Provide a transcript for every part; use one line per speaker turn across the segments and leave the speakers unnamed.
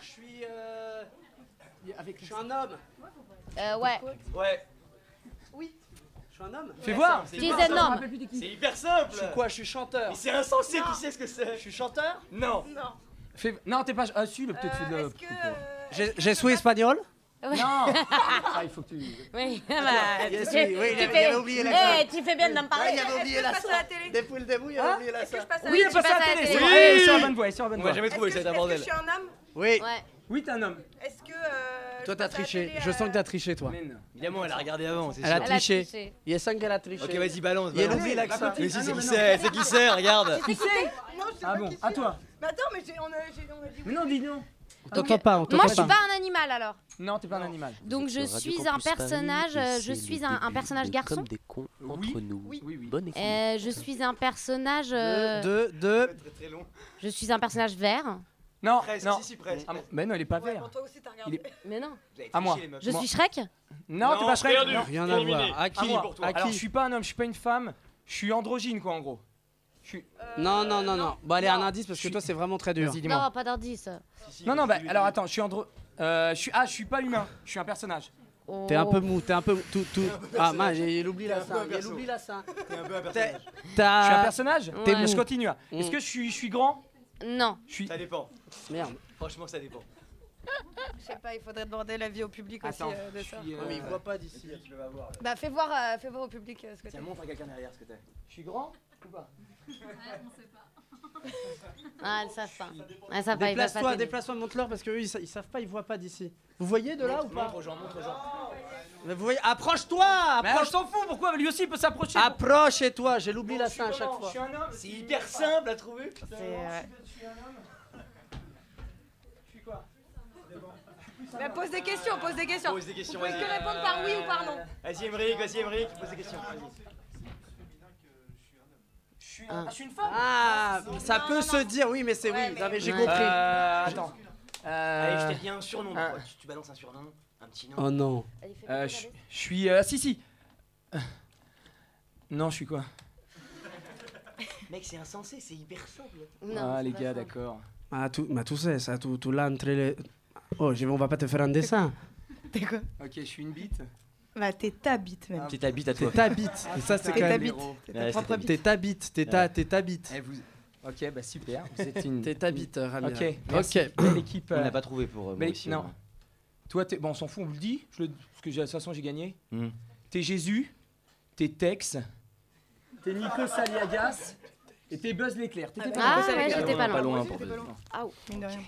je suis. euh, Je suis un homme.
Euh, ouais.
Ouais.
Oui.
Je suis un homme.
Fais voir.
C'est
Tu es
hyper
un
simple.
homme.
C'est hyper simple.
Je suis quoi Je suis chanteur.
Mais c'est insensé, qui sait ce que c'est
Je suis chanteur
Non.
Non.
Fais- Non, t'es pas. Ah, si, le peut-être fait de
Euh,
la-
Est-ce que. euh, est-ce que
J'ai
je
sous
peux pas-
espagnol
Non Ah, il faut que tu.
Oui, bah.
Yes,
tu-
oui, oui, il
tu
avait-
fais-
il avait oublié la
Eh,
corde.
tu fais bien d'en
Ouais,
parler.
il avait oublié
que je
la
passe
sauce.
à la télé
Depuis le début, il
Hein
avait oublié la
Est-ce que
sauce.
je passe à
Oui,
la
elle est passée à la télé, c'est bon,
Oui
elle est sur la bonne voie, elle est sur la bonne
On m'a
voie.
jamais trouvé
Est-ce que,
cet
est-ce que je
bordel.
suis un homme
Oui.
Ouais.
Oui, t'es un homme.
Est-ce que. euh, je
Toi, t'as
passe à la
triché.
télé,
Je sens
euh,
que t'as triché, toi.
Mène.
Évidemment, elle a regardé avant, c'est
Elle
sûr.
a triché.
triché.
Il y a cinq qu'elle a triché.
Ok, vas-y, balance.
Il y a
balance.
l'oublié, l'accent.
Mais
Ah,
si, c'est
non,
qui
mais
c'est C'est qui c'est Regarde.
Qui c'est
Non, je sais
Ah
pas
bon,
qui
à
c'est.
toi.
Mais attends, mais j'ai- on a, j'ai- on a dit.
Mais non, dis non.
On t'entend pas, on
Moi, je
t'entend
suis
pas.
pas un animal alors.
Non, t'es pas un animal.
Donc,
êtes
je
sur Radio
suis un
Campus Paris
personnage.
et
euh, Je
c'est
suis
le
un un
début
personnage
de
garçon.
Comme des cons
Oui.
entre nous.
Oui, oui.
Bonne écoute.
Euh, je suis un personnage. euh,
Deux, deux.
Très très long.
Je suis un personnage vert.
Non,
Presque,
non.
si, si, presque.
Ah, Mais non, il est pas
Ouais,
vert.
bon, toi aussi, t'as regardé.
Mais non.
à moi.
Je
Moi.
suis Shrek.
Non, t'es pas Shrek.
perdu.
Non.
Rien à
Éliminé.
voir. À
À
qui
moi.
pour toi.
À
Alors, je
qui
suis pas un homme, je suis pas une femme. Je suis androgyne, quoi, en gros. Je suis.
Euh,
Non, non, non, non. Bon, allez, un
Non.
indice parce
Je
que
suis-
toi, c'est vraiment très dur.
Vas-y, dis-moi.
Non, pas d'indice.
Non, non, bah alors attends, je suis andro. Euh, je suis. Ah, je suis pas humain. Je suis un personnage.
Oh.
T'es un peu mou, t'es un peu mou, tout, tout. Ah, mince, j'ai- il oublie
T'es un
la
peu
scène.
un
Il
perso.
oublie la scène.
T'es un peu un
personnage.
personnage.
Je suis un
T'as.
personnage
Ouais.
Je continue. hein.
Mm.
Est-ce que je suis, je suis grand
Non.
Je suis.
Ça dépend.
Merde.
Franchement, ça dépend.
Je sais pas, il faudrait demander l'avis au public aussi
Attends,
euh, de
je
ça.
suis. euh,
Ouais, mais il voit pas d'ici.
Tu le vas voir.
Bah, fais voir, euh, fais voir au public euh, ce que t'as.
Tiens, montre à quelqu'un derrière ce que t'as.
Je suis grand ou pas
Ah, elles savent pas. Elles savent pas. ils peuvent pas
Déplace-toi,
t'aider.
déplace-toi, montre-leur parce que eux, ils, sa- ils savent pas, ils voient pas d'ici. Vous voyez de là ou pas
Montre aux gens, montre aux gens.
Mais Vous voyez Approche-toi
Mais alors,
Approche
je t'en fous, pourquoi lui aussi il peut s'approcher
Approche et toi, j'ai l'oublie Ah, la
Je suis
scène à chaque
comment Je
fois.
suis un homme.
C'est hyper simple à trouver.
C'est, euh,
Je suis un homme. Je suis quoi
Bah, pose des questions, pose des questions.
Pose des questions.
Vous pouvez que répondre par oui ou par non.
Vas-y, Emmerich, vas-y, Emmerich, pose des questions. vas-y.
Je suis un- ah, je suis une femme
Ah, ça
Non,
peut
non,
se
non.
dire, oui, mais c'est
Ouais,
oui,
mais-
ça, mais j'ai
Ouais.
compris.
Euh. Attends.
Allez,
Euh.
je t'ai dit un surnom.
un-
quoi. Tu- Tu balances un surnom, un petit nom.
Oh non.
Allez, fais
euh,
pas
je
regarder.
je suis. euh, si, si. Euh, Non, je suis quoi
Mec, c'est insensé, c'est hyper simple.
Non,
Ah,
c'est
les
pas
gars,
ça.
d'accord.
Ah, tout, mais tout ça, ça, tout, tout là, entre les... Oh, j'ai- on va pas te faire un dessin.
T'es quoi
Ok, je suis une bite.
Bah, t'es ta bite même.
Petit habit à
T'es ta bite. Et ça, c'est quand
T'es ta
même...
bite.
numéro.
T'es
Ouais,
ta propre
c'était-
bite.
T'es ta bite. T'es ta, t'es ta bite.
Eh, vous... Ok, bah super, vous êtes une.
T'es ta bite, Ramir.
Ok, merci.
Ok.
Belle équipe.
On
euh,
l'a pas trouvé pour euh,
Mais-
Mauricio.
non. Toi, t'es... Bon, on s'en fout, on le dit. Je le... Parce que j'ai- de toute façon, j'ai gagné.
Hmm.
T'es Jésus, t'es Tex, t'es Nico Saliagas, et t'es Buzz l'éclair. T'étais pas
Ah,
loin.
ouais,
T'es
j'étais pas
Pas
loin.
loin
Vas-y,
pour
t'es pas
Buzz.
loin.
Ah, ouh.
Mine de rien.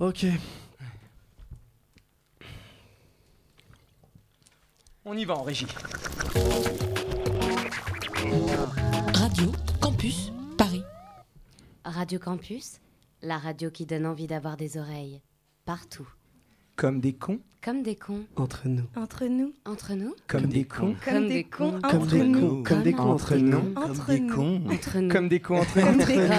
Ok.
On y va en régie.
Radio Campus Paris.
Radio Campus, la radio qui donne envie d'avoir des oreilles. Partout.
Comme des cons,
Comme des cons.
Entre nous.
Entre nous,
Entre nous.
comme, des cons,
comme,
Comme des
des cons,
cons,
entre nous.
Comme des cons.
Entre nous.
Entre nous.
Entre nous.
comme des cons entre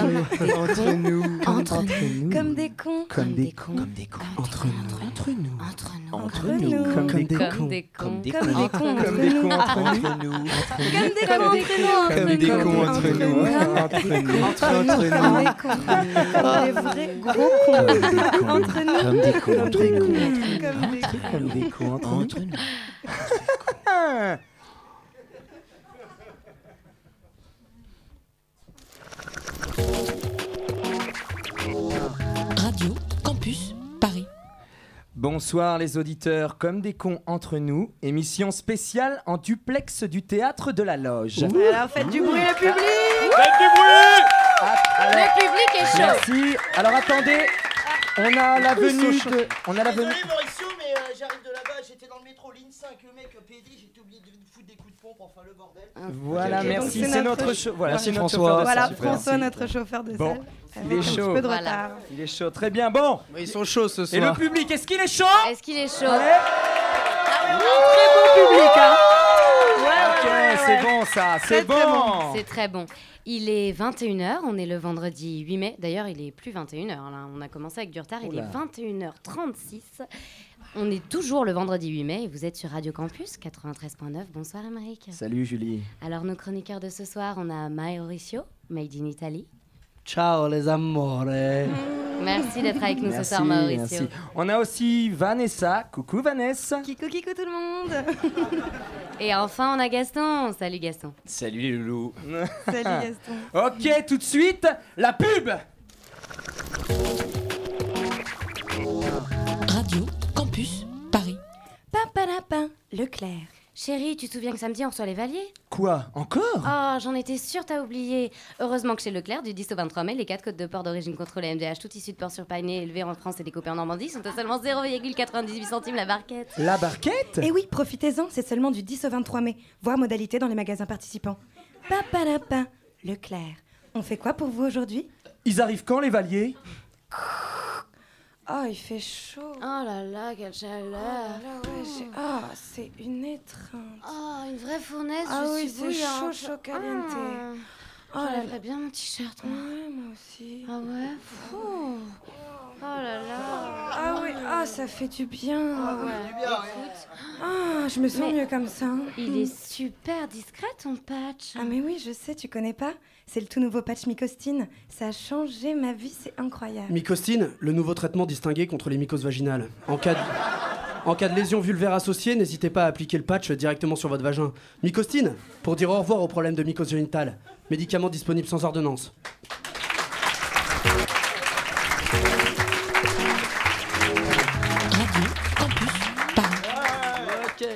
nous.
Comme des cons.
Entre
nous.
Entre
nous.
Comme des cons.
Comme des cons.
Comme des cons. Entre nous. Entre nous. Entre nous.
Entre nous.
Comme des cons.
Comme des cons.
Comme des cons.
Comme des
entre nous.
cons entre nous.
Comme des cons entre nous.
Comme des cons entre nous. Entre nous.
Comme des cons. Comme des vrais gros cons. Entre nous.
Comme des cons entre nous.
Comme des cons.
Comme des cons entre nous.
Entre nous.
Radio Campus Paris.
Bonsoir les auditeurs, comme des cons entre nous, émission spéciale en duplex du théâtre de la Loge.
Alors faites du bruit le
Oh,
public
Alors,
Le public est chaud.
merci. Alors attendez, on a la venue de, on a la venue.
Ah, Désolé Mauricio, mais euh, j'arrive de là-bas, j'étais dans le métro ligne 5, le mec euh, PD, j'ai été obligé de foutre des coups de pompe, enfin le bordel.
Ah,
Voilà,
Ok, donc
merci.
c'est
C'est
notre
notre, cho- voilà,
Merci
c'est notre
François.
chauffeur de
Voilà
salle.
François notre chauffeur de
Bon,
salle.
il est
Avec Un
chaud.
petit peu de
Voilà.
retard.
Il est chaud, très bien. Bon,
Ils sont chauds ce
et le
soir.
public, est-ce qu'il est chaud
Est-ce qu'il est chaud Ah
Public, hein
Ouais, ouais,
Ok,
ouais,
c'est
ouais.
bon ça, c'est bon.
C'est très bon. Il est 21h, on est le vendredi 8 mai. D'ailleurs, il est plus 21h là, on a commencé avec du retard, il
Oula.
est 21h36. On est toujours le vendredi 8 mai et vous êtes sur Radio Campus 93.9. Bonsoir Amérique.
Salut Julie.
Alors nos chroniqueurs de ce soir, on a Mauricio, Made in Italy.
Ciao les amores.
Merci d'être avec nous ce
Merci,
soir, Mauricio.
merci. On a aussi Vanessa. Coucou Vanessa.
Kiko, kiko tout le monde Et enfin, on a Gaston. Salut Gaston.
Salut les loulous.
Salut Gaston.
Ok, tout de suite, la pub.
Radio Campus Paris.
Papalapin, Leclerc.
Chérie, tu te souviens que samedi, on reçoit les valiers
Quoi Encore
Ah.
Oh, j'en étais sûre, t'as oublié. Heureusement que chez Leclerc, du 10 au 23 mai, les 4 côtes de porc d'origine contrôlée MDH, toutes issues de porc sur panier élevé en France et découpées en Normandie, sont à seulement 0,98 centimes la barquette.
La barquette
Et Eh oui, profitez-en, c'est seulement du 10 au 23 mai, voire modalité dans les magasins participants. Papalapin, Leclerc. On fait quoi pour vous aujourd'hui
Ils arrivent quand les valiers
Oh, il fait chaud.
Oh là là, quelle chaleur
Là, ouais, j'ai- oh, c'est une étreinte.
Oh, une vraie fournaise,
Ah
je
oui,
suis
c'est
bouillante.
chaud, chaud, caliente.
Ah,
Oh là
j'enlèverais bien mon t-shirt, moi.
Ah, Ouais, moi aussi.
Ah ouais fou. Oh là là Ah
Ah oui, ah, ça fait du bien.
Ouais,
hein.
écoute,
Ah, je me sens
Mais-
mieux comme ça. Mm.
il est super discret ton patch.
Ah mais oui, je sais, tu connais pas. C'est le tout nouveau patch Mycostine. Ça a changé ma vie, c'est incroyable.
Mycostine, le nouveau traitement distingué contre les mycoses vaginales. En cas de, en cas de lésion vulvaire associée, n'hésitez pas à appliquer le patch directement sur votre vagin. Mycostine, pour dire au revoir aux problèmes de mycose génitale. Médicament disponible sans ordonnance.
Radio Campus Paris.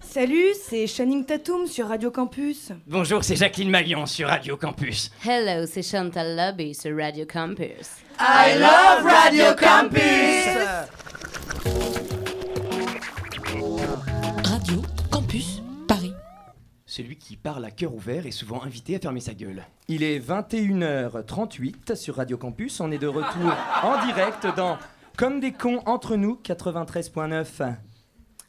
Salut, c'est Channing Tatum sur Radio Campus.
Bonjour, c'est Jacqueline Malion sur Radio Campus.
Hello, c'est Chantal Lobby sur Radio Campus.
I love Radio Campus
Radio Campus Paris.
Celui qui parle à cœur ouvert est souvent invité à fermer sa gueule.
Il est 21h38 sur Radio Campus. On est de retour en direct dans Comme des cons entre nous 93.9.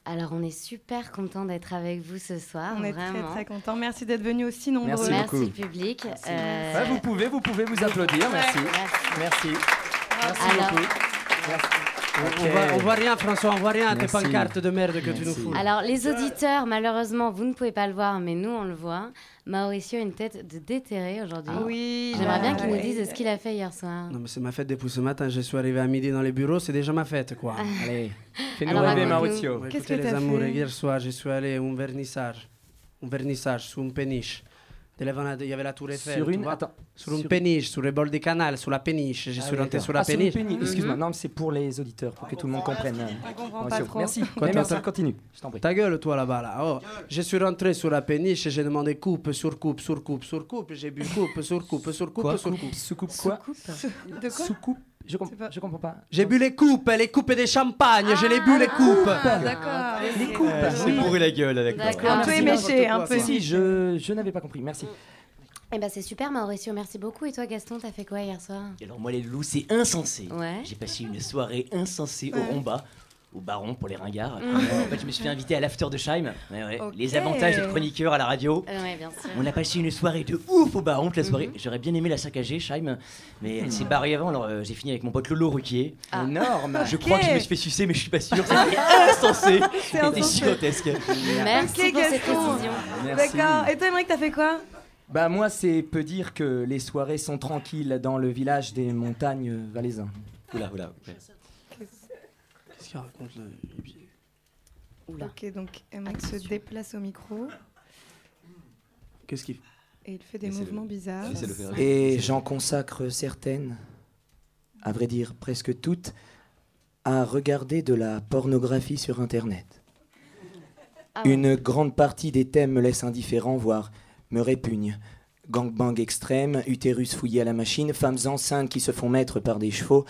Alors on est super content d'être avec vous ce soir,
On est très
vraiment.
très contents. Merci d'être venus aussi nombreux.
Merci
Merci
beaucoup.
public. Euh,
Ouais, vous pouvez, vous pouvez vous applaudir. Merci. Merci. Merci
Alors-
beaucoup.
On, voit, on voit rien, François, on voit rien à tes
Merci.
pancartes de merde que tu nous fous.
Alors les auditeurs, malheureusement, vous ne pouvez pas le voir, mais nous on le voit. Mauricio a une tête de déterré aujourd'hui.
Ah Oui, euh,
J'aimerais bien
là,
qu'il nous
ouais.
dise ce qu'il a fait hier soir.
Non mais c'est ma fête des pouces ce matin, je suis arrivé à midi dans les bureaux, c'est déjà ma fête quoi.
Allez, fais-nous
Alors,
rêver,
raconte-nous.
Mauricio.
Bon,
Qu'est-ce
écoutez,
que t'as
les amours,
fait
hier soir, je suis allé à un vernissage. Un vernissage sur une péniche. De la vanade, Il y avait la tour Eiffel.
Sur
tu
une.
vois.
Attends.
Sur une
Sur-
péniche, sur le bord du canal, sur la péniche. Je
Ah,
suis
oui,
rentré
d'accord.
sur la
Ah,
péniche. Mhm. Ah,
Excuse-moi, non, mais c'est pour les auditeurs, pour que tout le monde comprenne.
On comprend pas
Mauricio.
trop.
Merci.
Quoi,
Mais merci,
t'entends
continue. Je t'en prie.
Ta gueule, toi là-bas. Là. Oh. Je suis rentré sur la péniche et j'ai demandé coupe sur coupe sur coupe sur coupe. J'ai bu coupe sur coupe sur coupe sur coupe.
Soucoupe quoi
De quoi
Soucoupe Je
C'est pas-
comprends. Je comprends pas.
J'ai bu les coupes, les coupes des champagnes. je les bu les coupes.
Ah, D'accord.
Les coupes.
Euh,
euh,
C'est bourré la gueule avec
D'accord.
Un peu
Merci,
éméché, un
n'importe
peu.
Ah, quoi.
Si, si, je, je n'avais pas compris, merci.
Eh ben c'est super Mauricio, merci beaucoup. Et toi Gaston, t'as fait quoi hier soir
Et Alors moi les loulous c'est insensé.
Ouais.
J'ai passé une soirée insensée au Romba, au Baron pour les ringards.
Mm.
Euh, en fait je me suis fait inviter à l'after de Scheim. Ouais, ouais.
Ok.
Les avantages d'être chroniqueur à la radio.
Oui, Euh, bien sûr.
On a passé une soirée de ouf au Baron. La soirée,
Mm-hmm.
j'aurais bien aimé la saccager, Scheim, mais elle s'est barrée avant. Alors euh, j'ai fini avec mon pote Lolo Ruquier.
Énorme.
Je crois que je me suis fait sucer, mais je suis pas sûr. C'était insensé. C'était
Ah insensé.
gigantesque.
Merci
Ok,
pour cette
Gaston.
précision.
Merci.
D'accord. Et toi, Émeric, t'as fait quoi
Bah moi, c'est peu dire que les soirées sont tranquilles dans le village des montagnes valaisans.
Oula, oula. ouais.
Qu'est-ce qu'il raconte là
Oula.
Ok, donc Émeric se déplace au micro
Qu'est-ce qu'il fait
et il fait des
Mais c'est le-
mouvements bizarres.
Laissez-le faire.
Et j'en consacre certaines, à vrai dire presque toutes, à regarder de la pornographie sur Internet.
Ah ouais.
Une grande partie des thèmes me laisse indifférent, voire me répugne. Gangbang extrême, utérus fouillé à la machine, femmes enceintes qui se font mettre par des chevaux.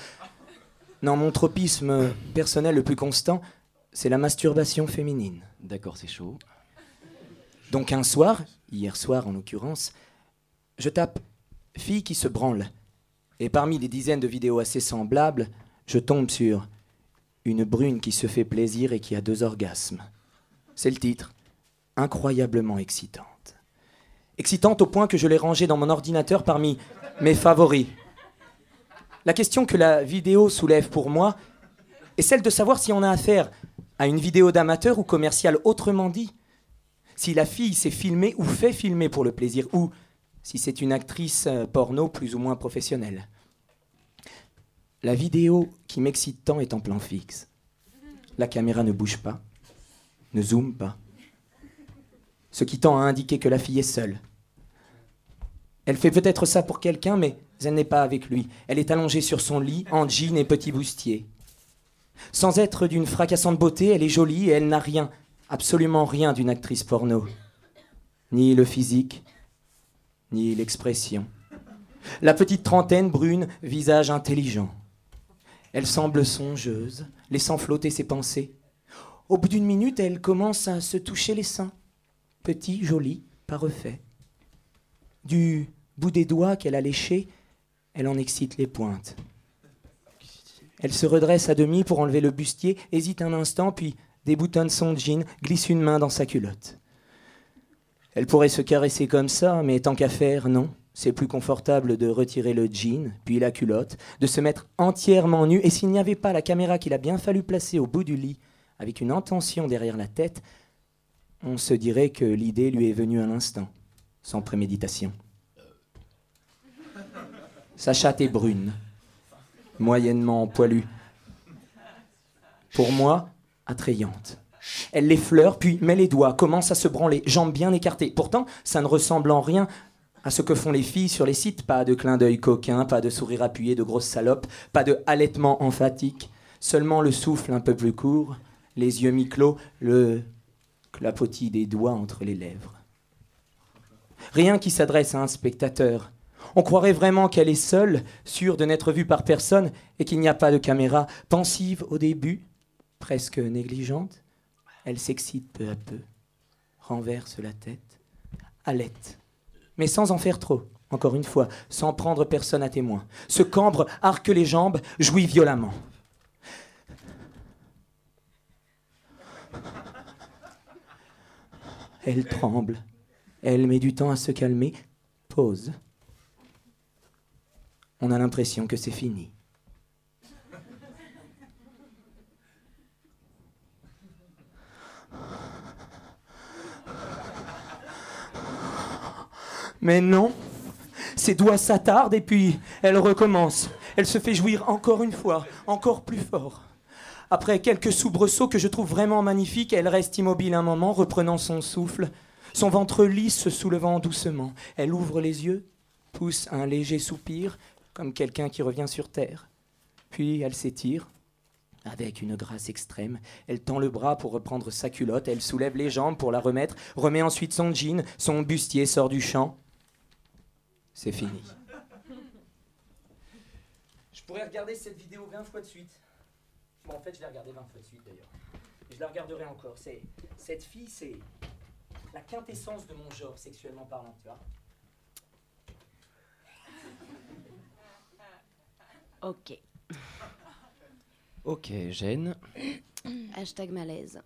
Non, mon tropisme personnel le plus constant, c'est la masturbation féminine.
D'accord, c'est chaud.
Donc un soir, hier soir en l'occurrence, je tape fille qui se branle. Et parmi les dizaines de vidéos assez semblables, je tombe sur une brune qui se fait plaisir et qui a deux orgasmes. C'est le titre. Incroyablement excitante. Excitante au point que je l'ai rangée dans mon ordinateur parmi mes favoris. La question que la vidéo soulève pour moi est celle de savoir si on a affaire à une vidéo d'amateur ou commerciale, autrement dit, si la fille s'est filmée ou fait filmer pour le plaisir, ou si c'est une actrice euh, porno plus ou moins professionnelle. La vidéo qui m'excite tant est en plan fixe. La caméra ne bouge pas, ne zoome pas. Ce qui tend à indiquer que la fille est seule. Elle fait peut-être ça pour quelqu'un, mais elle n'est pas avec lui. Elle est allongée sur son lit, en jean et petit bustier. Sans être d'une fracassante beauté, elle est jolie et elle n'a rien, absolument rien d'une actrice porno. Ni le physique, ni l'expression. La petite trentaine brune, visage intelligent. Elle semble songeuse, laissant flotter ses pensées. Au bout d'une minute, elle commence à se toucher les seins. Petit, joli, pas refait. Du bout des doigts qu'elle a léchés, elle en excite les pointes. Elle se redresse à demi pour enlever le bustier, hésite un instant, puis déboutonne son jean, glisse une main dans sa culotte. Elle pourrait se caresser comme ça, mais tant qu'à faire, non. C'est plus confortable de retirer le jean, puis la culotte, de se mettre entièrement nu, et s'il n'y avait pas la caméra qu'il a bien fallu placer au bout du lit, avec une intention derrière la tête, on se dirait que l'idée lui est venue à l'instant, sans préméditation. Sa chatte est brune, moyennement poilue. Pour moi, attrayante. Elle l'effleure, puis met les doigts, commence à se branler, jambes bien écartées. Pourtant, ça ne ressemble en rien à ce que font les filles sur les sites. Pas de clin d'œil coquin, pas de sourire appuyé de grosse salope, pas de halètement emphatique. Seulement le souffle un peu plus court, les yeux mi-clos, le clapotis des doigts entre les lèvres. Rien qui s'adresse à un spectateur. On croirait vraiment qu'elle est seule, sûre de n'être vue par personne et qu'il n'y a pas de caméra, pensive au début, presque négligente. Elle s'excite peu à peu, renverse la tête, halète, mais sans en faire trop, encore une fois, sans prendre personne à témoin. Se cambre, arque les jambes, jouit violemment. Elle tremble. Elle met du temps à se calmer, pause. On a l'impression que c'est fini. Mais non, ses doigts s'attardent et puis elle recommence. Elle se fait jouir encore une fois, encore plus fort. Après quelques soubresauts que je trouve vraiment magnifiques, elle reste immobile un moment, reprenant son souffle, son ventre lisse se soulevant doucement. Elle ouvre les yeux, pousse un léger soupir, comme quelqu'un qui revient sur terre. Puis elle s'étire, avec une grâce extrême, elle tend le bras pour reprendre sa culotte, elle soulève les jambes pour la remettre, remet ensuite son jean, son bustier sort du champ. C'est fini. Je pourrais regarder cette vidéo 20 fois de suite. Bon, en fait, je l'ai regardée 20 fois de suite d'ailleurs. Et je la regarderai encore. C'est Cette fille, c'est la quintessence de mon genre sexuellement parlant, tu vois.
Ok.
Ok, gêne.
Hashtag malaise.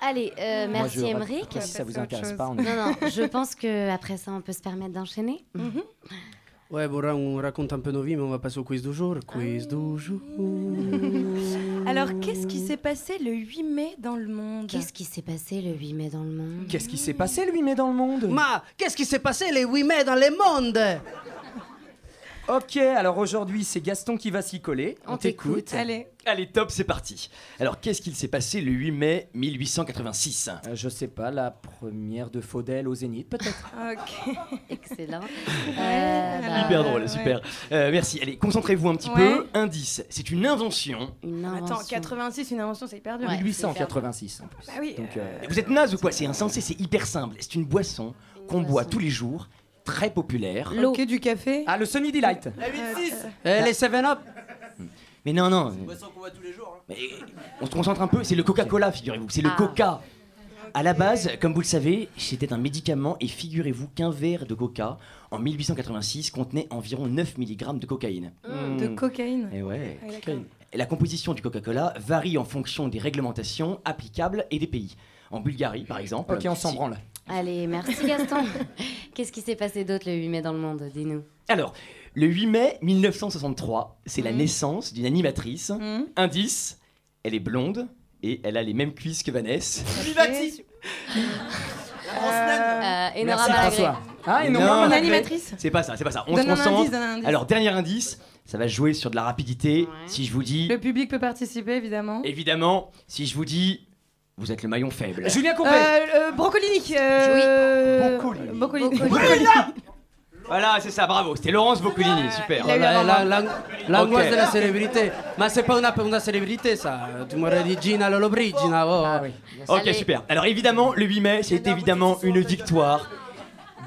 Allez, euh,
Moi,
merci
je raconte- Ah,
Émeric.
Ouais,
Si ça vous
passer à autre
intéresse
chose.
pas, on est-
Non, non, je pense que après ça, on peut se permettre d'enchaîner.
Ouais, bon, là, on raconte un peu nos vies, mais on va passer au quiz du jour. Quiz du jour.
Alors, qu'est-ce qui s'est passé le 8 mai dans le monde
Qu'est-ce qui s'est passé le 8 mai dans le monde
Qu'est-ce qui s'est passé, lui, mais dans le monde
Ma, qu'est-ce qui s'est passé les 8 mai dans les mondes
Ok, alors aujourd'hui c'est Gaston qui va s'y coller.
On t'écoute.
Allez.
Allez, top, c'est parti. Alors qu'est-ce qu'il s'est passé le 8 mai 1886
Euh, Je sais pas, la première de Faudel au Zénith, peut-être.
Ok.
Excellent.
Ouais,
bah,
Hyper
euh,
drôle,
ouais.
super. Euh, merci. Allez, concentrez-vous un petit
Ouais.
peu. Indice, c'est une invention.
Une invention.
Attends, 86, une invention, c'est hyper dur.
Ouais, c'est
1886, en plus.
Bah oui.
Donc, euh,
Vous êtes naze ou quoi C'est insensé, c'est hyper simple. C'est une boisson qu'on boit tous les jours, très populaire.
L'eau.
Ok, du café.
Ah, le Sunny Delight Euh,
La 8-6
Eh, les 7-Up
Mais non, non. euh,
Boisson qu'on voit tous les jours. hein.
Mais on se concentre un peu, c'est le Coca-Cola, figurez-vous, c'est le
Ah.
Coca. À la base, comme vous le savez, c'était un médicament et figurez-vous qu'un verre de Coca en 1886 contenait environ 9 mg de cocaïne.
Mmh. De cocaïne.
Et ouais.
Ah oui, d'accord.
Et La composition du Coca-Cola varie en fonction des réglementations applicables et des pays. En Bulgarie, par exemple.
Ok, on s'en
si-
branle.
Allez, merci Gaston. Qu'est-ce qui s'est passé d'autre le 8 mai dans le monde Dis-nous.
Alors, le 8 mai 1963, c'est la
Mm.
naissance d'une animatrice.
Mmh.
Indice, elle est blonde et elle a les mêmes cuisses que Vanessa.
Vivati
Transnan.
Euh, et Nora
Merci,
Malagré.
François. Ah, et non,
Non.
Mon animatrice
C'est pas ça, c'est pas ça. On se
Donne un indice,
concentre.
donne un indice.
Alors, dernier indice, ça va jouer sur de la rapidité.
Ouais.
Si je vous dis.
Le public peut participer, évidemment.
Évidemment, si je vous dis. Vous êtes le maillon faible.
Julien
Euh,
Courbet
euh, brocolinique. euh,
Brocolini.
Brocolini.
Voilà, c'est ça, bravo. C'était Laurence Boccolini, super.
Il a eu
la,
un
la-
moment.
la- l'angoisse
Ok.
de la célébrité. Mais c'est pas une, une célébrité, ça. Tu m'aurais dit Gina Lollobrigida. oh,
Ah
oh.
Ok,
Allez.
super. Alors évidemment, le 8 mai, c'est évidemment une victoire.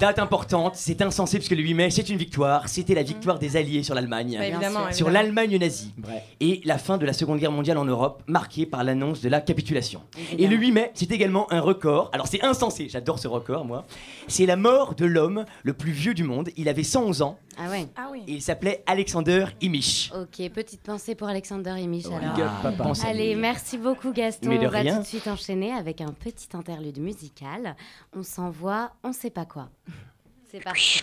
Date importante, c'est insensé parce que le 8 mai, c'est une victoire. C'était
Mm.
la victoire des Alliés sur l'Allemagne.
Bah, évidemment,
sur
évidemment.
l'Allemagne nazie. Et la fin de la Seconde Guerre mondiale en Europe, marquée par l'annonce de la capitulation. Et le 8 mai, c'est également un record. Alors c'est insensé, j'adore ce record, moi. C'est la mort de l'homme le plus vieux du monde. Il avait 111 ans
Ah ouais.
Ah oui.
et il s'appelait Alexander Imich.
Ok, petite pensée pour Alexander et Mich, alors.
Big up, papa. Pensez à lui.
Allez, merci beaucoup Gaston.
Mais de
on va
rien.
tout de suite enchaîner avec un petit interlude musical. On s'envoie, on sait pas quoi. C'est parti.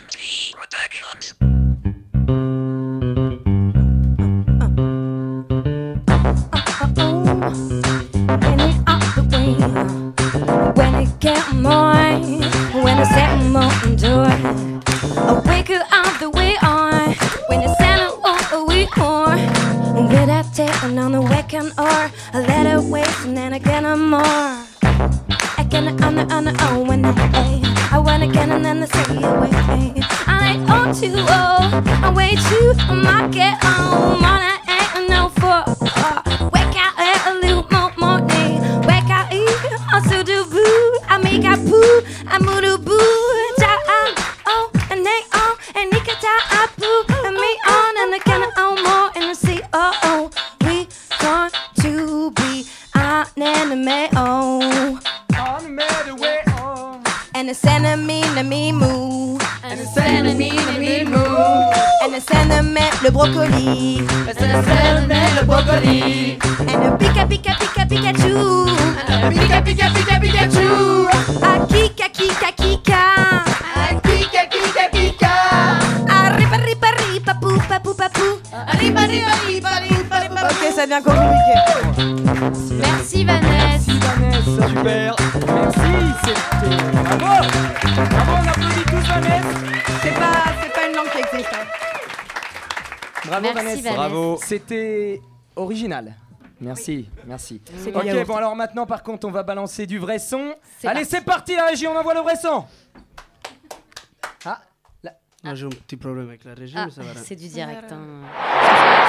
When it out the way, when it get mine, when the sun moon door, I wake you out the way on, when the sun on a week more, get up taken on the weekend or a letter waits and then again I'm more. Again on the on the oh when I hey, I wanna get and then the say away. I ain't on too old, I'm way too I'm not get on, man I ain't no for. oh. Wake out at a little more morning, wake out eat, I still do boo, I make a poo, I move to boo, ta oh and they on and they can tie I poo and ah, me on and I can on more and I see oh oh we want to be an anime oh. And it's sending me to me mou. And it's sending me to me mou. And it's sending me le brocoli. And it's sending me le brocoli. And a pika pika pika Pikachu. And a pika pika pika Pikachu. A kika kika kika. A kika kika kika. A ripa ripa ripa pou pa pou pa pou. A ripa ripa ripa ripa pou pa Ok, ça devient compliqué.
Merci
Ah,
Vanessa.
Super.
C'est pas, c'est pas une langue qui existe. hein.
Bravo
Merci,
Vanessa.
Vanessa.
Bravo.
C'était original. Merci, merci.
C'est du
Ok,
yaourt.
bon alors maintenant par contre on va balancer du vrai son.
C'est
Allez,
parti.
c'est parti la régie, on envoie le vrai son.
Moi, j'ai un petit problème avec la régie,
Ah,
mais ça va.
c'est du direct. hein.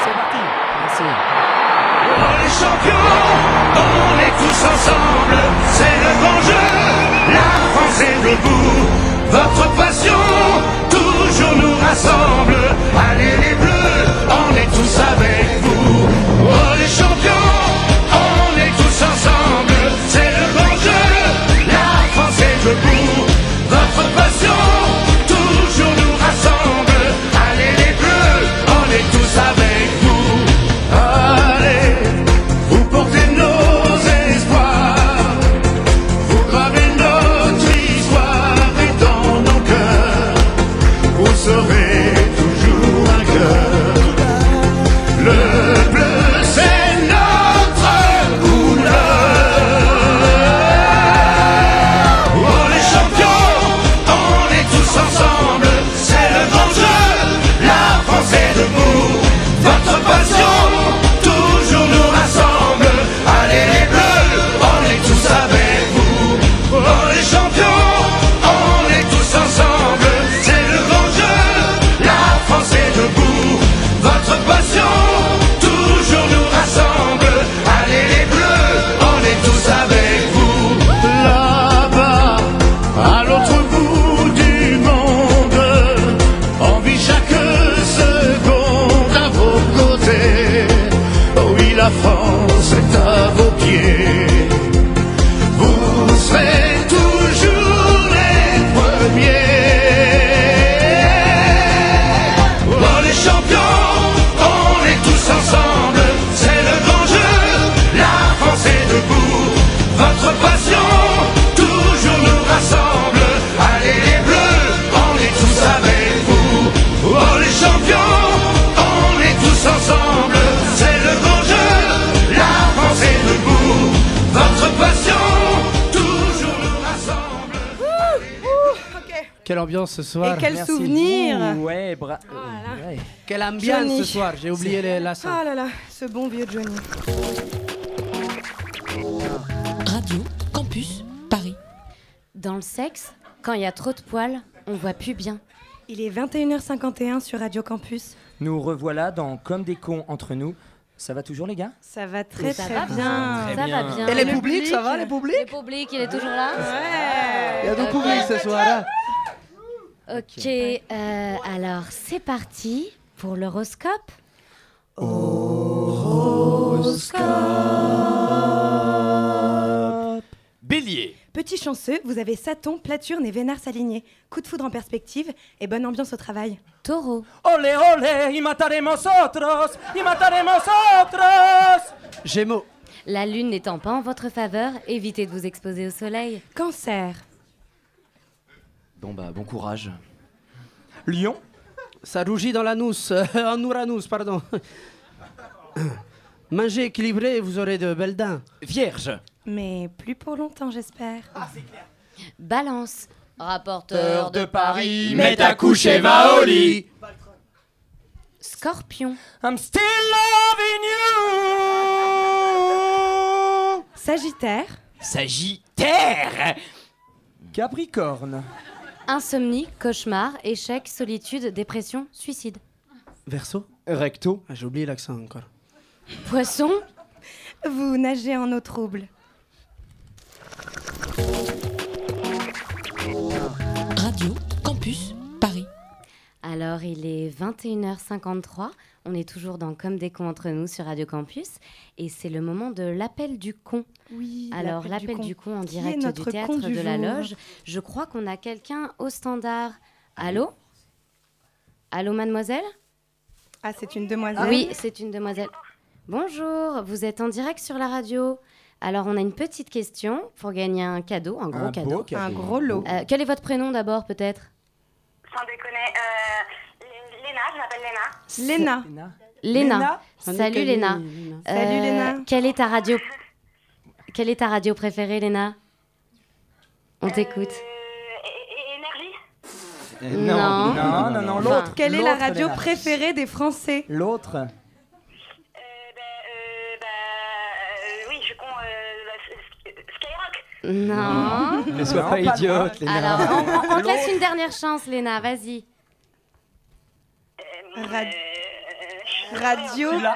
C'est parti. Merci.
On est tous ensemble, c'est le bon jeu. La France est debout. Votre passion toujours nous rassemble. Allez les bleus, on est tous avec vous. Oh les champions, on est tous ensemble. C'est le bon jeu. La France est debout. Votre passion toujours nous rassemble. Allez les bleus, on est tous avec vous. Allez, vous portez nos espoirs, vous gravez notre histoire et dans nos cœurs, vous serez toujours un cœur. Le bleu, c'est notre couleur. Oh les champions, on est tous ensemble, c'est le grand jeu, la France est debout, votre passion toujours nous rassemble, allez les bleus, on est tous avec vous, oh les champions, on est tous ensemble, c'est le grand jeu, la France est debout, votre passion toujours nous rassemble, allez les bleus, on est tous avec vous, là-bas. À l'autre bout du monde, on vit chaque seconde à vos côtés. Oh oui, la France est à vos pieds. Vous serez toujours les premiers. Oh les champions, on est tous ensemble, c'est le grand jeu, la France est debout, votre passion toujours nous rassemble, allez les bleus, on est tous avec vous, oh les champions, on est tous ensemble, c'est le grand jeu, la France
ambiance ce soir.
Et quel souvenir
Ouais, bra-
Ah là.
ouais.
Eh, Quelle ambiance
Johnny.
ce soir, j'ai oublié les- la scène.
Ah là là, ce bon vieux Johnny.
Radio Campus Paris.
Dans le sexe, quand il y a trop de poils, on voit plus bien.
Il est 21h51 sur Radio Campus.
Nous revoilà dans Comme des cons entre nous. Ça va toujours les gars
Ça va très
Ça
très
va
bien.
Ça va
Ah,
bien.
Et les
Le
publics, ça
public.
va les
Le
publics
public, il est toujours là
Ouais.
Il y a du public ce soir là.
Ok, euh, alors c'est parti pour l'horoscope.
Bélier,
Petit chanceux, vous avez Saturne, Platurne et Vénars alignés. Coup de foudre en perspective et bonne ambiance au travail.
Taureau,
Olé, olé, y mataremos otros, y mataremos otros
Gémeaux,
la lune n'étant pas en votre faveur, évitez de vous exposer au soleil.
Cancer,
bon bah bon courage.
Lion,
ça rougit dans l'anus, euh, en Uranus, pardon. Mangez équilibré et vous aurez de belles dents.
Vierge,
mais plus pour longtemps j'espère.
Balance, rapporteur de Paris.
Mets ta couche et va au lit.
Scorpion,
I'm still loving
Sagittaire,
Sagittaire,
you Capricorne,
insomnie, cauchemar, échec, solitude, dépression, suicide.
Verso
Recto,
Ah, J'ai oublié l'accent encore.
Poisson,
vous nagez en eau trouble.
Radio Campus Paris.
Alors, il est 21h53. On est toujours dans Comme des cons entre nous sur Radio Campus. Et c'est le moment de l'appel du con.
Oui.
Alors, l'appel du, con en
Qui est
direct du
notre con
théâtre
du
de la
jour
loge. Je crois qu'on a quelqu'un au standard. Allô Allô, mademoiselle
Ah, c'est une demoiselle.
Oui, c'est une demoiselle. Bonjour, vous êtes en direct sur la radio. Alors, on a une petite question pour gagner un cadeau, un gros
un
cadeau.
beau
Un
cadeau.
gros lot.
Euh, quel est votre prénom d'abord, peut-être
Sans déconner, euh, Léna, je m'appelle Léna.
Léna.
Léna.
Léna. Salut, Léna.
Salut,
Euh,
Léna.
Quelle est ta radio Quelle est ta radio préférée, Léna On t'écoute.
énergie
Non.
Non, non, non,
Enfin,
l'autre.
Quelle est la
l'autre,
radio
Léna.
préférée des Français
L'autre.
euh, bah, euh, bah, euh, oui, je suis con, euh, bah, s- s- Skyrock.
Non.
ne sois pas
pas
idiote, Léna.
Alors, on, on- on te laisse une dernière chance, Léna. Vas-y.
Ra-
Euh,
Radio.
euh, attends,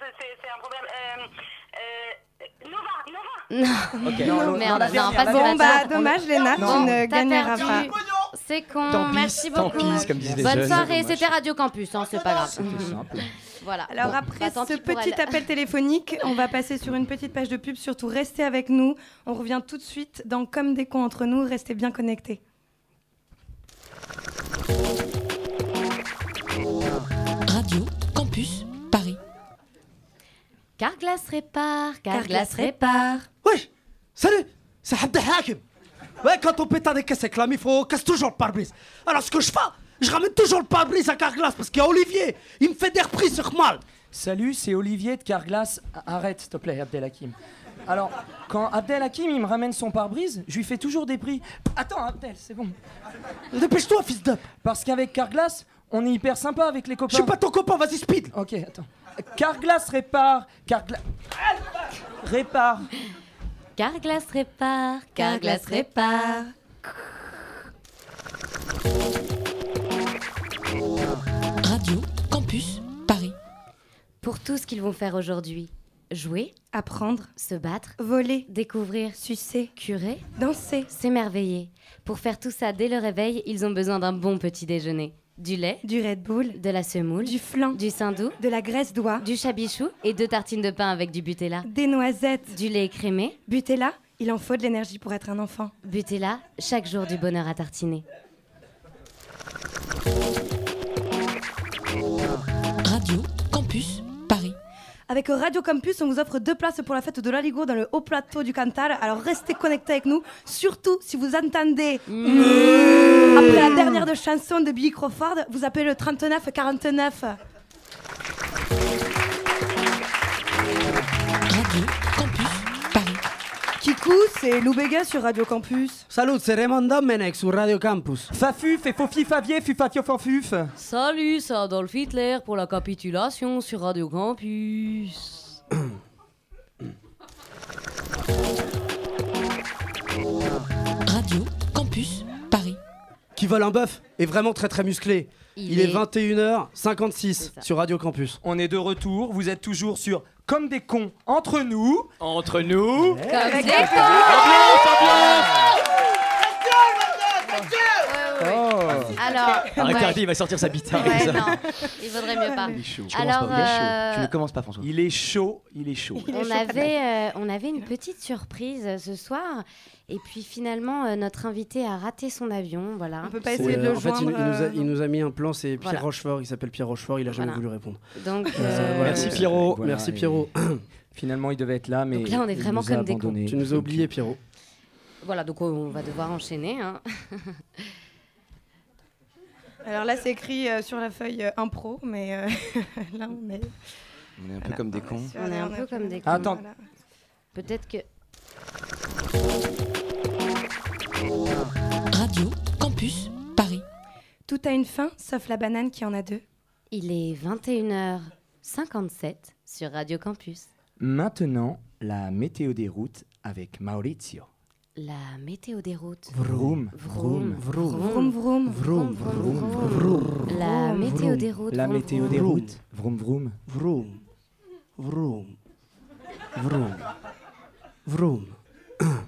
c'est- c'est c'est un problème. Euh, euh, Nova, Nova.
Ok.
Non, merde,
la
non,
dernière,
pas
la
de
Bon
dernière.
bah dommage Léna, tu
Bon,
ne
t'as
gagneras
perdu.
pas.
C'est con.
Tant pis,
Merci
tant
beaucoup.
pis, comme disent les
Bonne
jeunes.
soirée. C'était Radio Campus. hein, c'est pas grave.
C'est simple.
Voilà.
Alors
Bon,
après
bah, tant
ce
pis pour
petit
elle.
appel téléphonique, on va passer sur une petite page de pub. Surtout restez avec nous. On revient tout de suite dans Comme des cons entre nous. Restez bien connectés.
Radio Campus Paris.
Carglass répare. Carglass
Carglass
répare.
Wesh Salut C'est Abdel Hakim Ouais, quand on pétard des caisses avec l'ami, faut on casse toujours le pare-brise. Alors ce que je fais, je ramène toujours le pare-brise à Carglass parce qu'il y a Olivier, il me fait des reprises sur mal.
Salut, c'est Olivier de Carglass. A- Arrête, s'il te plaît, Abdelhakim. Alors, quand Abdelhakim, il me ramène son pare-brise, je lui fais toujours des prix. Attends, Abdel, c'est bon.
Dépêche-toi, fils de.
Parce qu'avec Carglass, on est hyper sympa avec les copains.
Je suis pas ton copain, vas-y, speed
Ok, attends. Carglass répare. Carglass. Répare.
Carglass répare. Carglass répare.
Radio Campus Paris.
Pour tout ce qu'ils vont faire aujourd'hui. Jouer,
Apprendre,
se battre,
voler,
découvrir,
sucer,
curer,
danser.
s'émerveiller. Pour faire tout ça dès le réveil, ils ont besoin d'un bon petit déjeuner. Du lait,
Du Red Bull,
de la semoule,
du flan,
du sindou,
de la graisse d'oie,
du chabichou et deux tartines de pain avec du butella.
des noisettes.
Du lait écrémé,
Butella, il en faut de l'énergie pour être un enfant.
butella, chaque jour du bonheur à tartiner.
Radio Campus Paris.
Avec Radio Campus, on vous offre deux places pour la fête de l'Aligo dans le haut plateau du Cantal. Alors restez connectés avec nous, surtout si vous entendez.
Mmh.
Après la dernière de chanson de Billy Crawford, vous appelez le 39 49.
Radio Campus Paris.
Kikou, c'est Lou Béga sur Radio Campus.
Salut, c'est Raymond Domenech sur Radio Campus.
Fafu, fait fofi favier, fufatio fanfuf.
Salut, c'est Adolf Hitler pour la capitulation sur Radio Campus.
Radio Campus Paris.
Qui vole un bœuf est vraiment très très musclé.
Il
Il,
est-
est 21h56 sur Radio Campus.
On est de retour, vous êtes toujours sur Comme des cons entre nous. Entre nous. Comme
Avec des la cons. ambiance,
Oh.
Alors,
Arrêtez,
ouais.
arrêtez, il va sortir sa bite.
Ouais, non, il vaudrait mieux pas. Alors, euh,
Tu ne commences pas, François.
Il est chaud, il est chaud.
on avait, euh, on avait une petite surprise euh, ce soir, et puis finalement euh, notre invité a raté son avion. Voilà. On peut
pas
C'est, euh, en fait, il, il nous a, il nous a mis un plan, c'est Pierre
Voilà.
Rochefort, il s'appelle Pierre Rochefort, il a jamais
Voilà.
voulu répondre.
Donc,
Euh,
euh,
voilà.
Merci,
Pierrot.
Voilà, Merci
et-
Pierrot.
Finalement, il devait être là, mais
Donc là, on est
il
vraiment
nous a
comme des cons.
abandonnés.
Tu nous as oublié Pierrot.
voilà, donc euh, on va devoir enchaîner. hein.
Alors là, c'est écrit euh, sur la feuille euh, impro, mais euh, là, on est.
euh,
On est un peu comme des cons.
on est un peu comme
Ah,
des cons.
Attends.
Peut-être que
Radio Campus Paris.
Tout a une fin, sauf la banane qui en a deux.
il est 21h57 sur Radio Campus.
Maintenant, la météo des routes avec Maurizio.
La météo des routes.
Vroom, vroom,
Vroom, vroom.
vroom, vroom, vroom.
La météo des routes.
La
vroom,
météo
vroom.
des routes. Vroom, vroom.
Vroom. Vroom. Vroom. Vroom.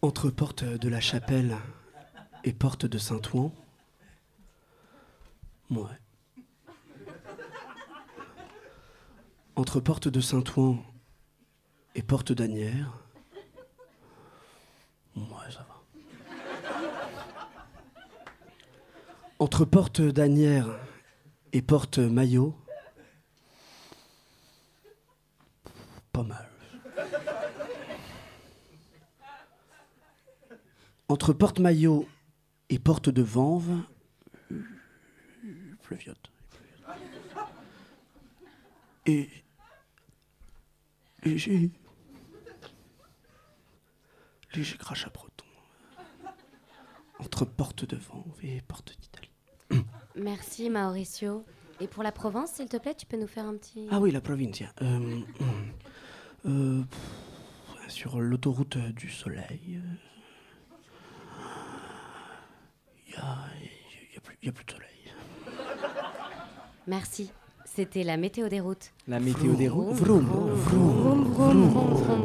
Entre porte de la chapelle et porte de Saint-Ouen. Ouais. Entre porte de Saint-Ouen et porte d'Anières. Ouais, ça va. Entre porte d'Anières et porte maillot. Pas mal. Entre porte maillot et porte de Vanves. euh, Fleuviot. Et. Léger. Léger crachat breton. Entre porte de Vanves et porte d'Italie.
Merci Mauricio. Et pour la Provence, s'il te plaît, tu peux nous faire un petit.
Ah oui, la provincia. Euh, euh, pff, sur l'autoroute euh, du soleil. euh, Il n'y a, plus de soleil.
Merci. C'était la météo des routes.
La météo des routes.
Vroom, vroom, vroom,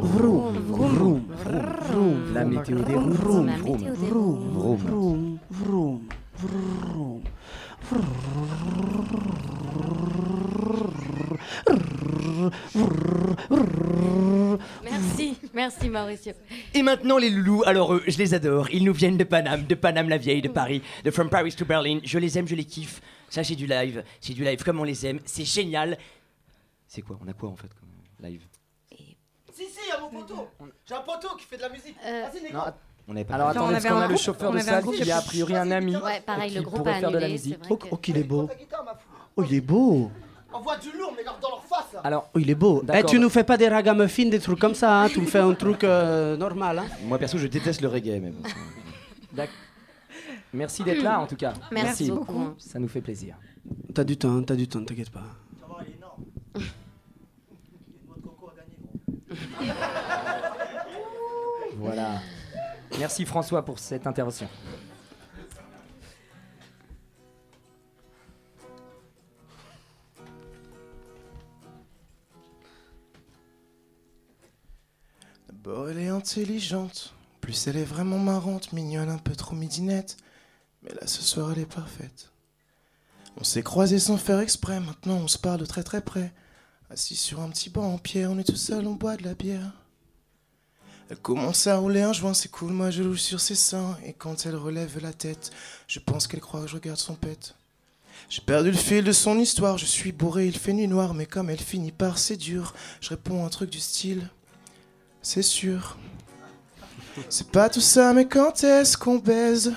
vroom, vroom, vroom.
La météo des routes.
Vroom,
La
vroom,
météo des
vroom,
routes.
vroom, vroom, vroom.
Merci, merci Mauricio.
Et maintenant, les loulous, alors eux, je les adore. Ils nous viennent de Paname, de Paname la vieille, de Paris, de From Paris to Berlin. Je les aime, je les kiffe. Ça, c'est du live. C'est du live comme on les aime. C'est génial. C'est quoi On a quoi en fait comme live
Si, si, y'a mon poteau. J'ai un poteau qui fait de la musique.
Euh,
Vas-y, Nico.
Non, att- Alors
Non, on
attendez, parce
avait
qu'on
un
a le
groupe,
chauffeur
on
de
avait un
salle
groupe
qui
de
a a priori un ami
Ouais, pareil,
qui
le groupe
pourrait
a
faire de la
annulé, c'est
musique.
vrai
Oh,
que-
oh qu'il est beau.
Ta guitare, ma foule.
Oh, il est beau.
Envoie du lourd, mais dans leur face, là.
Alors,
Oh, il est beau. Eh,
D'accord.
tu nous fais pas des ragamuffins, des trucs comme ça. hein. Tu me fais un truc euh, normal. hein.
Moi, perso, je déteste le reggae, même.
d'ac- merci d'être là en tout cas.
Merci, beaucoup.
Ça nous fait plaisir.
T'as du temps, t'as du temps, t'inquiète pas.
Ça va, il est énorme. Il y a une noix de coco à gagner, gros.
Voilà. Merci François pour cette intervention.
D'abord, elle est intelligente. Plus elle est vraiment marrante, mignonne, un peu trop midinette. Mais là, ce soir, elle est parfaite. On s'est croisés sans faire exprès, maintenant on se parle de très très près. Assis sur un petit banc en pierre, on est tout seul, on boit de la bière. Elle commence à rouler un joint, c'est cool, moi je louche sur ses seins. Et quand elle relève la tête, je pense qu'elle croit que je regarde son pet. J'ai perdu le fil de son histoire, je suis bourré, il fait nuit noire, mais comme elle finit par séduire, je réponds un truc du style. C'est sûr. C'est pas tout ça, mais quand est-ce qu'on baise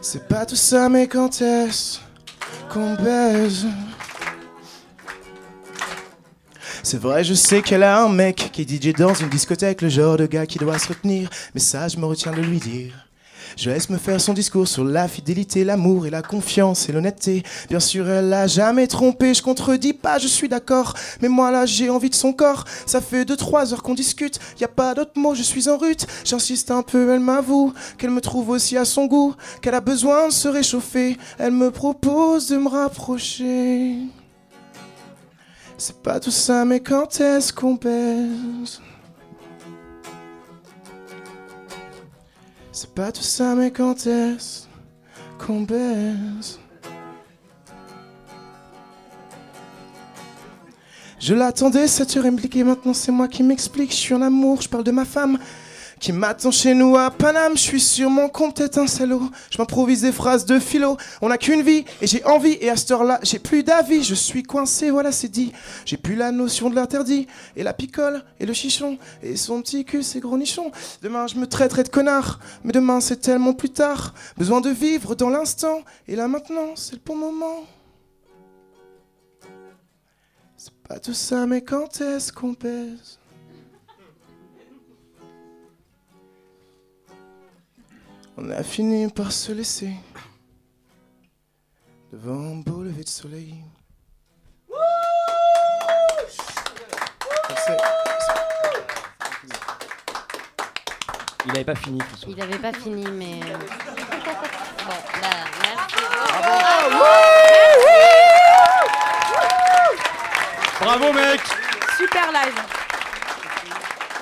C'est pas tout ça, mais quand est-ce qu'on baise C'est vrai, je sais qu'elle a un mec qui DJ dans une discothèque, le genre de gars qui doit se retenir. Mais ça, je me retiens de lui dire. Je laisse me faire son discours sur la fidélité, l'amour et la confiance et l'honnêteté. Bien sûr, elle l'a jamais trompé, je contredis pas, je suis d'accord. Mais moi là, j'ai envie de son corps. Ça fait 2-3 heures qu'on discute, y a pas d'autre mot, je suis en rut. J'insiste un peu, elle m'avoue qu'elle me trouve aussi à son goût, qu'elle a besoin de se réchauffer. Elle me propose de me rapprocher. C'est pas tout ça, mais quand est-ce qu'on pèse C'est pas tout ça, mais quand est-ce qu'on baise Je l'attendais, cette heure impliquée, maintenant c'est moi qui m'explique. Je suis en amour, je parle de ma femme qui m'attend chez nous à Paname. Je suis sur mon compte, est un salaud. Je m'improvise des phrases de philo. On n'a qu'une vie et j'ai envie. Et à cette heure-là, j'ai plus d'avis. Je suis coincé, voilà, c'est dit. J'ai plus la notion de l'interdit. Et la picole et le chichon et son petit cul, ses gros nichons. Demain, je me traiterai de connard. Mais demain, c'est tellement plus tard. Besoin de vivre dans l'instant. Et là maintenant, c'est le bon moment. C'est pas tout ça, mais quand est-ce qu'on pèse On a fini par se laisser devant un beau lever de soleil.
Il n'avait pas fini tout ça.
Il n'avait pas fini, mais. euh, bon, là, merci.
Bravo mec
Super live.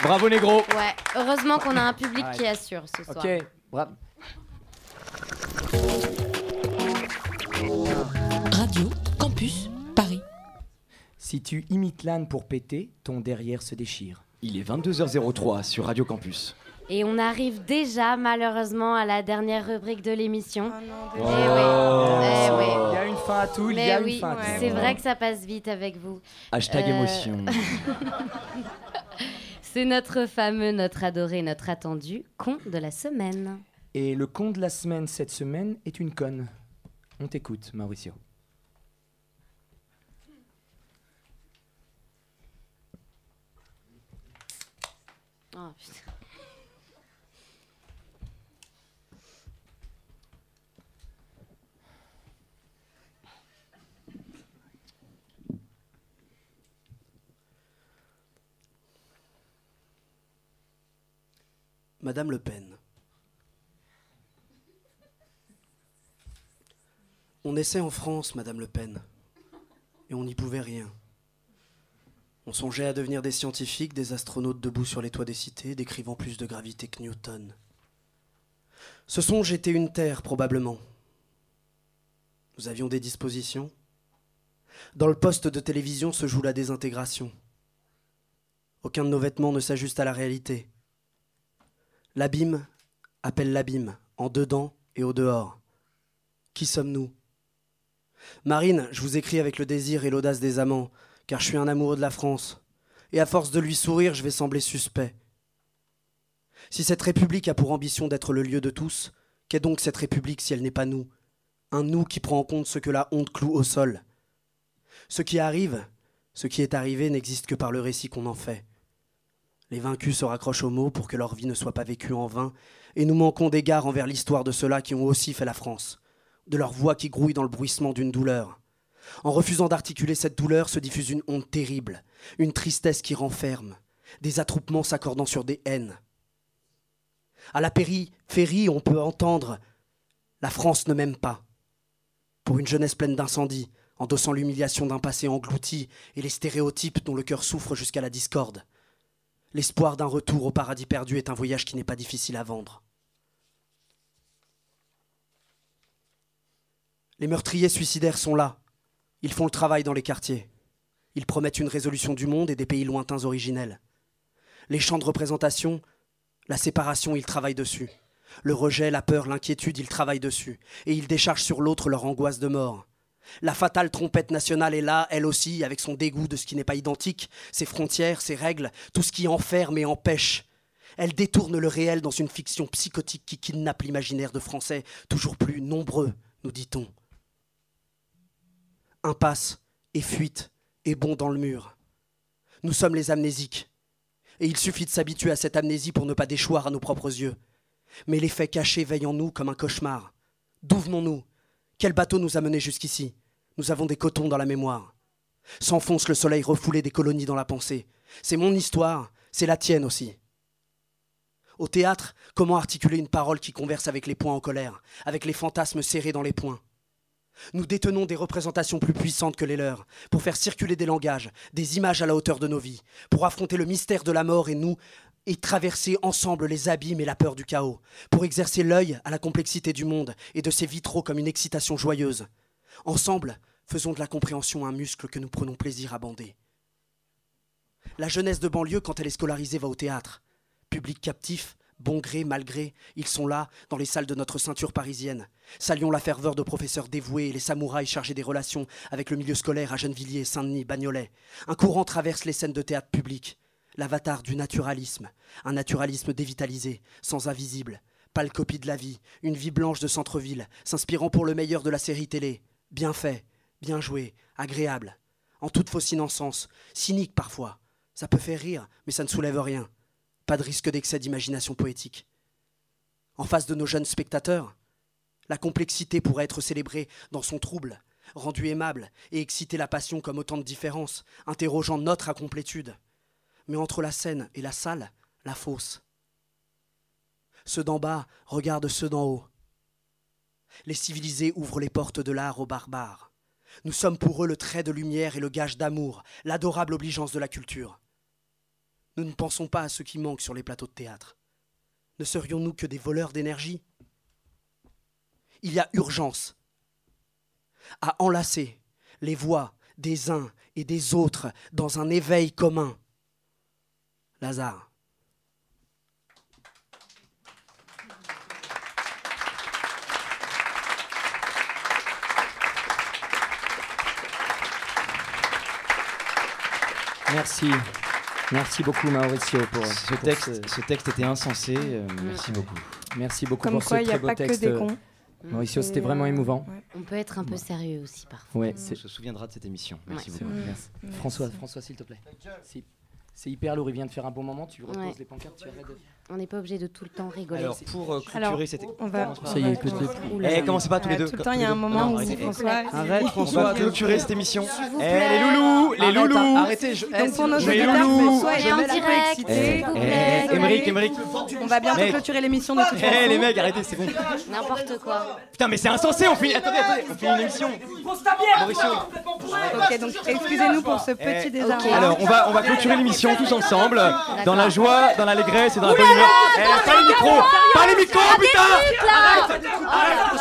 Bravo négro
Ouais, heureusement qu'on a un public
Ouais.
qui assure ce soir.
Ok, bravo.
Radio Campus Paris.
Si tu imites l'âne pour péter, ton derrière se déchire.
Il est 22h03 sur Radio Campus.
Et on arrive déjà, malheureusement, à la dernière rubrique de
Oh
l'émission. Eh oui,
Oh.
eh oui.
Il y a une fin à tout, il y
Mais
a une
oui,
fin à tout.
c'est vrai que ça passe vite avec vous.
Hashtag
euh,
émotion.
c'est notre fameux, notre adoré, notre attendu con de la semaine.
Et le con de la semaine cette semaine est une conne. On t'écoute, Mauricio.
Oh, putain.
Madame Le Pen. On essaie en France, Madame Le Pen. Et on n'y pouvait rien. On songeait à devenir des scientifiques, des astronautes debout sur les toits des cités, décrivant plus de gravité que Newton. Ce songe était une terre, probablement. Nous avions des dispositions. Dans le poste de télévision se joue la désintégration. Aucun de nos vêtements ne s'ajuste à la réalité. L'abîme appelle l'abîme, en dedans et au dehors. Qui sommes-nous Marine, je vous écris avec le désir et l'audace des amants, car je suis un amoureux de la France. Et à force de lui sourire, je vais sembler suspect. Si cette République a pour ambition d'être le lieu de tous, qu'est donc cette République si elle n'est pas nous Un nous qui prend en compte ce que la honte cloue au sol. Ce qui arrive, ce qui est arrivé n'existe que par le récit qu'on en fait. Les vaincus se raccrochent aux mots pour que leur vie ne soit pas vécue en vain, et nous manquons d'égard envers l'histoire de ceux-là qui ont aussi fait la France, de leur voix qui grouille dans le bruissement d'une douleur. En refusant d'articuler cette douleur se diffuse une honte terrible, une tristesse qui renferme, des attroupements s'accordant sur des haines. À la périphérie, on peut entendre La France ne m'aime pas. Pour une jeunesse pleine d'incendies, endossant l'humiliation d'un passé englouti et les stéréotypes dont le cœur souffre jusqu'à la discorde. L'espoir d'un retour au paradis perdu est un voyage qui n'est pas difficile à vendre. Les meurtriers suicidaires sont là. Ils font le travail dans les quartiers. Ils promettent une résolution du monde et des pays lointains originels. Les champs de représentation, la séparation, ils travaillent dessus. Le rejet, la peur, l'inquiétude, ils travaillent dessus. Et ils déchargent sur l'autre leur angoisse de mort. La fatale trompette nationale est là, elle aussi, avec son dégoût de ce qui n'est pas identique, ses frontières, ses règles, tout ce qui enferme et empêche. Elle détourne le réel dans une fiction psychotique qui kidnappe l'imaginaire de Français toujours plus nombreux, nous dit-on. Impasse et fuite et bond dans le mur. Nous sommes les amnésiques. Et il suffit de s'habituer à cette amnésie pour ne pas déchoir à nos propres yeux. Mais les faits cachés veillent en nous comme un cauchemar. D'où venons-nous Quel bateau nous a menés jusqu'ici Nous avons des cotons dans la mémoire. S'enfonce le soleil refoulé des colonies dans la pensée. C'est mon histoire, c'est la tienne aussi. Au théâtre, comment articuler une parole qui converse avec les points en colère, avec les fantasmes serrés dans les poings Nous détenons des représentations plus puissantes que les leurs, pour faire circuler des langages, des images à la hauteur de nos vies, pour affronter le mystère de la mort et nous, et traverser ensemble les abîmes et la peur du chaos, pour exercer l'œil à la complexité du monde et de ses vitraux comme une excitation joyeuse. Ensemble, faisons de la compréhension un muscle que nous prenons plaisir à bander. La jeunesse de banlieue, quand elle est scolarisée, va au théâtre. Public captif, bon gré, mal gré, ils sont là, dans les salles de notre ceinture parisienne. Saluons la ferveur de professeurs dévoués et les samouraïs chargés des relations avec le milieu scolaire à Gennevilliers, Saint-Denis, Bagnolet. Un courant traverse les scènes de théâtre public. L'avatar du naturalisme, un naturalisme dévitalisé, sans invisible, pâle copie de la vie, une vie blanche de centre-ville, s'inspirant pour le meilleur de la série télé. Bien fait, bien joué, agréable, en toute fausse innocence, cynique parfois. Ça peut faire rire, mais ça ne soulève rien. Pas de risque d'excès d'imagination poétique. En face de nos jeunes spectateurs, la complexité pourrait être célébrée dans son trouble, rendue aimable et exciter la passion comme autant de différences, interrogeant notre incomplétude. Mais entre la scène et la salle, la fosse. Ceux d'en bas regardent ceux d'en haut. Les civilisés ouvrent les portes de l'art aux barbares. Nous sommes pour eux le trait de lumière et le gage d'amour, l'adorable obligeance de la culture. Nous ne pensons pas à ce qui manque sur les plateaux de théâtre. Ne serions-nous que des voleurs d'énergie Il y a urgence à enlacer les voix des uns et des autres dans un éveil commun. Lazare.
Merci. Merci beaucoup Maurizio pour ce texte. Ce... texte était insensé. euh, merci beaucoup.
Merci beaucoup
Comme
pour
quoi,
ce
y a
très beau
pas que
texte.
des
euh,
cons.
Mauricio, c'était vraiment
euh,
émouvant.
On peut être un peu sérieux aussi parfois.
Ouais,
on se souviendra de cette émission. Merci
Ouais.
beaucoup.
C'est vrai. Merci. Merci. François, François, s'il te plaît. C'est- C'est hyper lourd, il vient de faire un bon moment, tu reposes
Ouais.
les pancartes, tu arrêtes de...
On n'est pas obligé de tout le temps rigoler.
Alors, pour euh, clôturer cette
on va-
Commence pas.
Ça y est, on va- peut-être. Ouh là
Eh,
là.
commencez pas tous les
Ah,
deux.
tout le
co-
temps,
tous
il y a
les
un
deux.
moment
Non,
où on dit,
arrêtez.
François,
Arrête,
s'il
François,
vous
on va
plaît.
clôturer cette émission.
S'il vous
Eh,
plaît.
les loulous, les
Arrête,
loulous.
arrêtez, je-
Donc pour
Eh,
nos
les
auditeurs,
loulous.
François est
Et en
jamais là pour
direct,
exciter.
s'il vous
Vous
plaît.
allez-
Eh, Émeric, Émeric.
On va bientôt
Mec.
clôturer l'émission de toute
Eh,
façon.
les mecs, arrêtez, c'est bon.
N'importe quoi.
Putain, mais c'est insensé, on finit. Attendez, attendez, on finit une émission. Mauricio.
Ok, donc excusez-nous pour ce petit
Eh,
désarroi.
Alors, on va, on va clôturer l'émission tous ensemble, dans la joie, dans l'allégresse et dans la
Ouh là
bonne humeur.
là,
Eh, pas les micros Pas les micros,
Arrêtez,
putain
là
Arrête
Oh
Arrête,
là là,
commence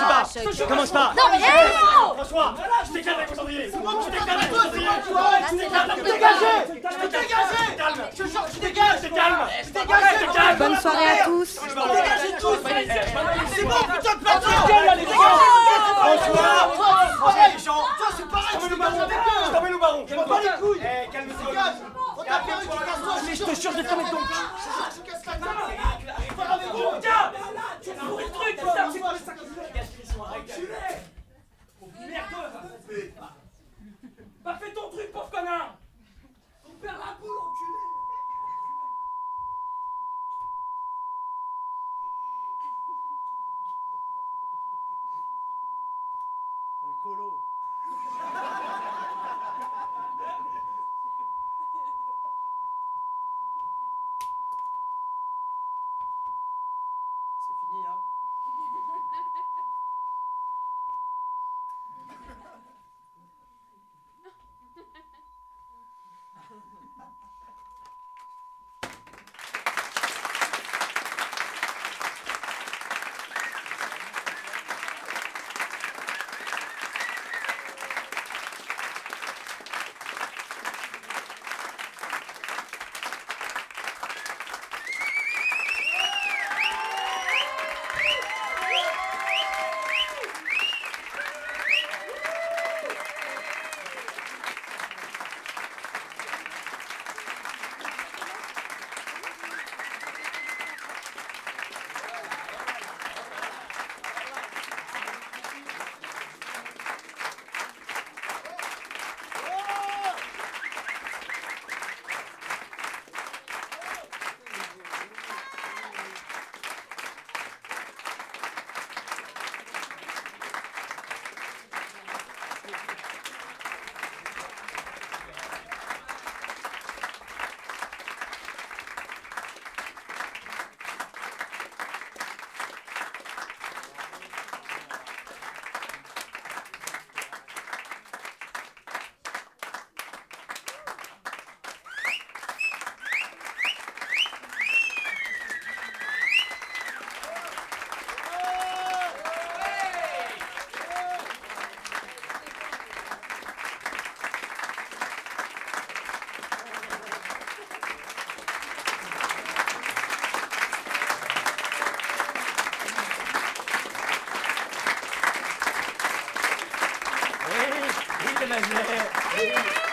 pas Commence pas
Non, mais eh, non
François, je t'éclate la concentrier C'est moi qui t'éclate la concentrier
Je t'éclate, dégagez Je t'ai dégagé Je te jure que tu dégages Je calme Je dégage, je calme
Bonne soirée à tous.
Dégagez tous C'est bon, putain de plateau
On s'engueule, là, les dégâts.
François Toi, c'est pareil, Jean Toi, c'est pareil, tu dégages avec eux Je t'emmène au baron Je pas les couilles Calme-toi Dégage On t'a perdu, tu casses-toi Mais je te jure, je vais fermer ton cul Je te jure, tu casses ta gueule Faut ramener gros Tiens Tu vas pourrir le truc, putain C'est quoi ça que Enculé Merdeux Bah fais ton truc, pauvre connard On perd la boule, enculé
C'est fini, hein
Laget.